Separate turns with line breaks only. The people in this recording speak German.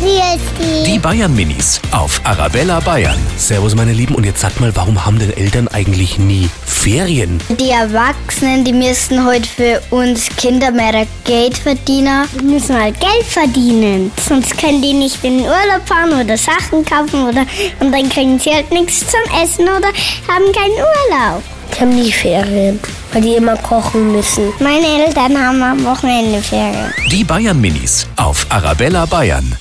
Christi.
Die Bayern Minis auf Arabella Bayern.
Servus, meine Lieben. Und jetzt sagt mal, warum haben denn Eltern eigentlich nie Ferien?
Die Erwachsenen, die müssen heute für uns Kinder mehr Geld verdienen.
Die müssen halt Geld verdienen. Sonst können die nicht in den Urlaub fahren oder Sachen kaufen oder und dann kriegen sie halt nichts zum Essen oder haben keinen Urlaub.
Die haben nie Ferien, weil die immer kochen müssen.
Meine Eltern haben am Wochenende Ferien.
Die Bayern Minis auf Arabella Bayern.